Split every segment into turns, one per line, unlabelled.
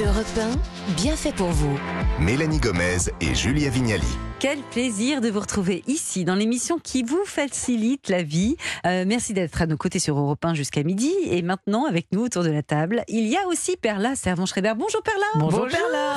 Europe 1, bien fait pour vous.
Mélanie Gomez et Julia Vignali.
Quel plaisir de vous retrouver ici dans l'émission qui vous facilite la vie. Euh, merci d'être à nos côtés sur Europe 1 jusqu'à midi. Et maintenant, avec nous autour de la table, il y a aussi Perla Servan-Schreiber. Bonjour Perla.
Bonjour, Perla.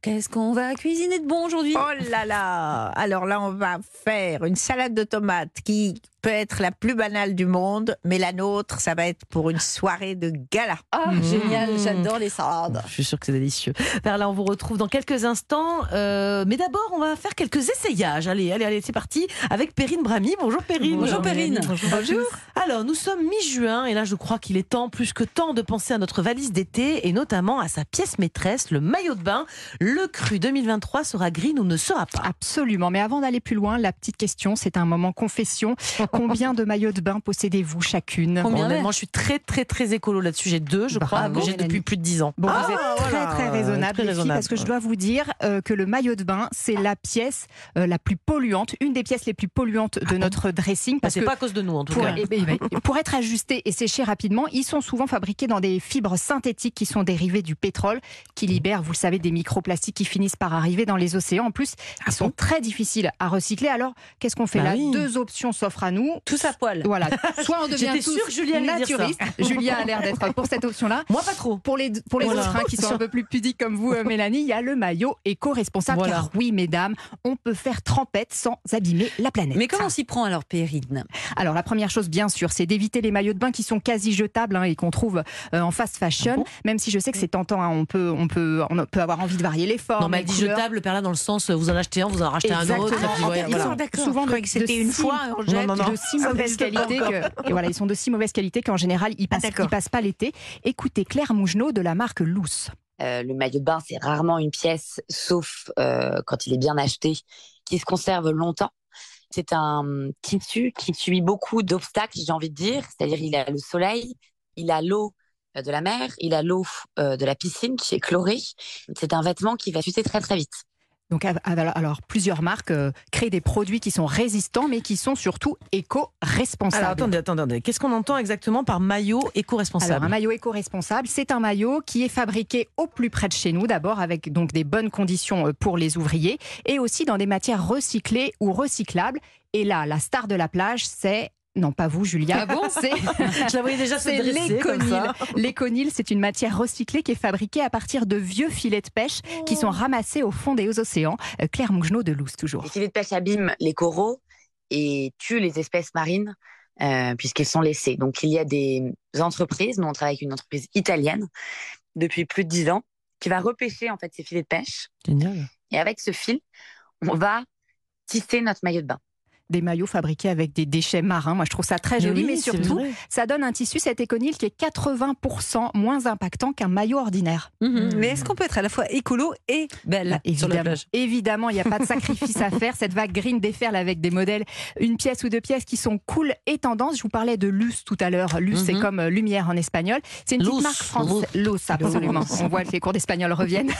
Qu'est-ce qu'on va cuisiner de bon aujourd'hui
Oh là là Alors là, on va faire une salade de tomates qui peut être la plus banale du monde, mais la nôtre, ça va être pour une soirée de gala.
Ah,
Mmh.
génial, j'adore les salades.
Je suis sûre que c'est délicieux. Par là, on vous retrouve dans quelques instants. Euh, mais d'abord, on va faire quelques essayages. Allez, allez, allez, c'est parti avec Perrine Brami. Bonjour Perrine.
Bonjour Perrine.
Bonjour. Alors, nous sommes mi-juin et là, je crois qu'il est temps, plus que temps, de penser à notre valise d'été et notamment à sa pièce maîtresse, le maillot de bain. Le cru 2023 sera green ou ne sera pas.
Absolument. Mais avant d'aller plus loin, la petite question, c'est un moment confession. Combien de maillots de bain possédez-vous chacune
Combien
Honnêtement, je suis très, très, très écolo là-dessus. J'ai deux, je crois,
Bravo,
que j'ai depuis
Mélanie.
plus de dix ans.
Bon,
Ah,
vous êtes très
voilà.
très raisonnable,
Très
les filles,
raisonnable.
parce que je dois vous dire euh, que le maillot de bain, c'est la pièce euh, la plus polluante, une des pièces les plus polluantes de notre dressing,
Bah,
parce
c'est
que
pas à cause de nous, en tout
pour,
cas.
eh ben, eh ben, pour être ajustés et séchés rapidement, ils sont souvent fabriqués dans des fibres synthétiques qui sont dérivées du pétrole,
Ah
qui libèrent, vous le savez, des microplastiques qui finissent par arriver dans les océans. En plus, ils sont très difficiles à recycler. Alors, qu'est-ce qu'on fait
Ah Bah
là
oui.
Deux options s'offrent à nous.
Tous à poil.
Voilà, soit on devient
J'étais
tous
sûre que Julie allait dire ça.
naturiste. Julia a l'air d'être pour cette option-là.
Moi, pas trop.
Pour les, pour les
Voilà.
autres hein, qui sont un peu plus pudiques comme vous, euh, Mélanie, il y a le maillot éco-responsable.
Voilà.
Car oui, mesdames, on peut faire trempette sans abîmer la planète. Ah.
Mais comment on s'y prend alors, Perrine
Alors la première chose, bien sûr, c'est d'éviter les maillots de bain qui sont quasi jetables hein, et qu'on trouve euh, en fast fashion.
Ah bon
même si je sais que c'est tentant, hein, on peut, on peut, on peut avoir envie de varier les formes.
Non, mais elle
les
dit
couleurs.
jetable, Perla, dans le sens, euh, vous en achetez un, vous en rachetez un autre.
Exactement.
et puis,
En
ouais,
fait, ils
voilà.
sont
Je
souvent de,
croyais que c'était
de
une
si-
fois, et on jette.
non, non.
de si
Ça
mauvaise
reste pas
qualité que, et voilà, ils sont de si mauvaise qualité qu'en général ils passent,
d'accord.
ils passent pas l'été. Écoutez Claire Mougenot de la marque Loose.
Euh, le maillot de bain, c'est rarement une pièce, sauf euh, quand il est bien acheté, qui se conserve longtemps. C'est un tissu qui subit beaucoup d'obstacles, j'ai envie de dire. C'est-à-dire, il a le soleil, il a l'eau euh, de la mer, il a l'eau euh, de la piscine qui est chlorée. C'est un vêtement qui va s'user très très vite.
Donc, av- av- alors, plusieurs marques euh, créent des produits qui sont résistants, mais qui sont surtout éco-responsables.
Alors attendez, attendez, attendez. Qu'est-ce qu'on entend exactement par maillot
Alors, un
éco-responsable
maillot éco-responsable, c'est un maillot qui est fabriqué au plus près de chez nous, d'abord avec donc des bonnes conditions euh, pour les ouvriers et aussi dans des matières recyclées ou recyclables. Et là, la star de la plage, c'est non, pas vous, Julia.
Ah
c'est
Je la voyais déjà se
c'est
dresser comme
l'éconil.
ça.
L'éconil, c'est une matière recyclée qui est fabriquée à partir de vieux filets de pêche qui
Oh.
sont ramassés au fond des hauts océans. Euh, Claire Mougenot de Louse, toujours.
Les filets de pêche abîment les coraux et tuent les espèces marines euh, puisqu'ils sont laissés. Donc il y a des entreprises, nous on travaille avec une entreprise italienne depuis plus de 10 ans, qui va repêcher en fait ces filets de pêche.
Génial.
Et avec ce fil, on va tisser notre maillot de bain.
Des maillots fabriqués avec des déchets marins. Moi, je trouve ça très joli, mais surtout, ça donne un tissu, cet éconil, qui est 80% moins impactant qu'un maillot ordinaire.
Mm-hmm.
Mhm. Mais est-ce qu'on peut être à la fois écolo et belle
Bah,
sur la
évidemment,
plage
évidemment, il n'y a pas de sacrifice à faire. Cette vague green déferle avec des modèles, une pièce ou deux pièces qui sont cool et tendance. Je vous parlais de Luz tout à l'heure. Luz, c'est
Mhm.
comme euh, lumière en espagnol. C'est une
Luz,
petite marque française. Luz, absolument. On voit que les cours d'espagnol reviennent.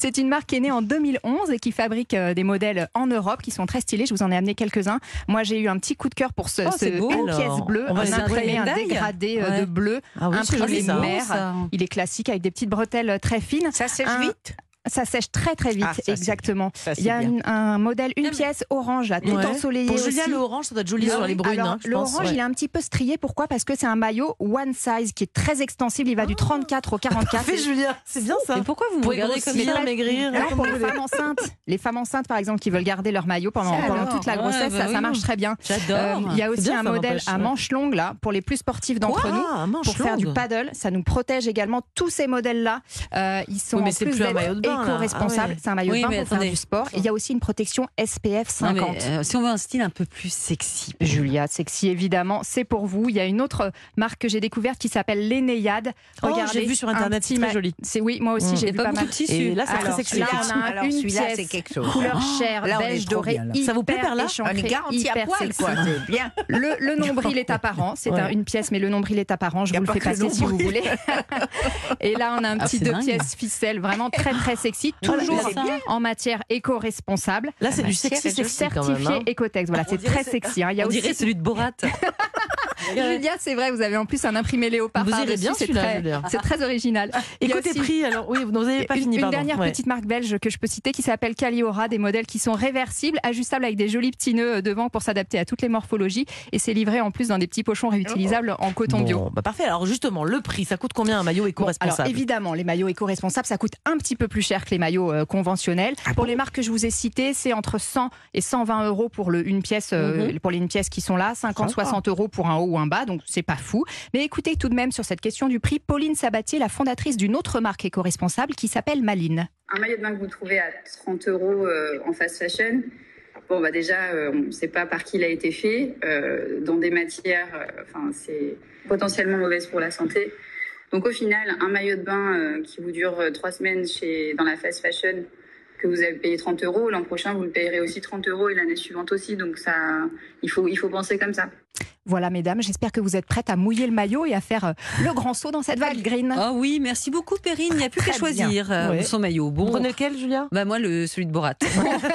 c'est une marque qui est née en 2011 et qui fabrique euh, des modèles en Europe qui sont très stylés. Je vous en ai amené quelques-uns. Moi, j'ai eu un petit coup de cœur pour ce,
Oh, c'est
ce-
beau.
une
Alors,
pièce bleue,
on va les
un imprimé, un
imprimer.
dégradé euh,
Ouais.
de bleu.
Ah oui, c'est
Imprimé
joli ça.
mère. Il est classique avec des petites bretelles euh, très fines.
Ça sèche
Un-
vite
Ça sèche très très vite,
Ah, ça, c'est-
exactement.
Ça, c'est
Il y a
bien.
une- un modèle, une
Bien, mais-
pièce orange, là, tout
Ouais.
ensoleillé
Pour
aussi.
Julia, le orange, ça doit être joli sur les brunes.
Alors,
hein, je
le
pense,
orange,
ouais.
il est un petit peu strié. Pourquoi Parce que c'est un maillot one size qui est très extensible. Il va du 34 au 44.
Oh. Parfait, Julia. C'est bien ça.
Mais pourquoi vous me
Pour
regardez comme
grossir,
ça
maigrir.
Non, pour les femmes enceintes. Les femmes enceintes, par exemple, qui veulent garder leur maillot pendant,
Ça,
pendant
alors.
toute la
Ouais,
grossesse,
bah
ça, ça
oui.
marche très bien. Euh,
J'adore.
Il y a aussi
bien,
un
ça
modèle
n'empêche,
à
ouais.
manche longue, là, pour les plus sportifs d'entre nous.
Ah, manche
Pour faire du
longue.
paddle, ça nous protège également tous ces modèles-là. Euh, ils sont
Oui, mais
en
c'est
plus
plus un
d'être
maillot de bain, là. Ah
éco-responsables.
ouais.
C'est un maillot
Oui,
de bain
mais
pour
attendez.
faire du sport. Et il y a aussi une protection SPF 50.
Non, mais, euh, si on veut un style un peu plus sexy.
euh,
Julia, sexy évidemment, c'est pour vous. Il y a une autre marque que j'ai découverte qui s'appelle l'Enéade.
Oh,
Regardez,
j'ai vu sur
un
internet,
petit
c'est très
ma-
joli.
C'est oui, moi
Mm.
aussi
Il y
j'ai
a
vu
pas
pas
beaucoup
mal.
de tissus. Et là, c'est très
Alors,
sexy.
là,
Ah,
on a
alors,
une
celui-là,
pièce
c'est quelque chose.
Couleur
Oh,
chair,
Là, on est
beige
trop
doré,
bien, là.
Ça vous plaît, Perla
On est garanti à poil, quoi. C'est bien.
Le, le nombril est apparent, c'est
Ouais.
un- une pièce, mais le nombril est apparent. Je
Y a
vous le
pas
fais
que le
passer si vous voulez. Et là, on a un
Ah,
petit
c'est
deux
dingue.
pièces ficelle, vraiment très très sexy,
Voilà,
toujours
c'est
bien.
en matière éco-responsable.
Là, c'est du
Matière
sexy,
éco-
sexy quand même.
certifié
hein.
Ecotex. Voilà, c'est
dirait
très
c'est-
sexy. hein. Il y a
on
aussi
dirait celui de Borat.
Julia, c'est vrai, vous avez en plus un imprimé léopard.
Vous irez
par-dessus,
bien
c'est
celui-là,
très-
Julia.
C'est très original. Il y a
Écoutez,
aussi-
prix, alors oui, vous n'avez pas
une,
fini,
une
pardon.
dernière
Ouais.
petite marque belge que je peux citer qui s'appelle Caliora, des modèles qui sont réversibles, ajustables avec des jolis petits nœuds euh, devant pour s'adapter à toutes les morphologies et c'est livré en plus dans des petits pochons réutilisables en coton
Bon,
bio.
bah parfait. Alors justement, le prix, ça coûte combien un maillot
Bon, alors
éco-responsable
évidemment, les maillots éco-responsables, ça coûte un petit peu plus cher que les maillots euh, conventionnels. pour les marques que je vous ai citées, c'est entre 100 et 120 euros pour le une pièce, euh, pour les une pièce qui sont là, 50, 60 euros pour un haut ou un bas, donc c'est pas fou. Mais écoutez tout de même sur cette question du prix, Pauline Sabatier, la fondatrice d'une autre marque éco-responsable qui s'appelle Maline.
Un maillot de bain que vous trouvez à 30 euros euh, en fast fashion, bon bah déjà euh, on ne sait pas par qui il a été fait, euh, dans des matières, euh, enfin c'est potentiellement mauvaise pour la santé. Donc au final, un maillot de bain euh, qui vous dure euh, trois semaines chez dans la fast fashion que vous avez payé 30 euros, l'an prochain vous le payerez aussi 30 euros et l'année suivante aussi. Donc ça, il faut il faut penser comme ça.
Voilà, mesdames, j'espère que vous êtes prêtes à mouiller le maillot et à faire euh, le grand saut dans cette vague green.
Ah oui, merci beaucoup Perrine, il n'y a plus qu'à
Très bien.
choisir euh,
Ouais.
son maillot. Bon,
Prenez lequel, Julia
bah moi le celui de Borat.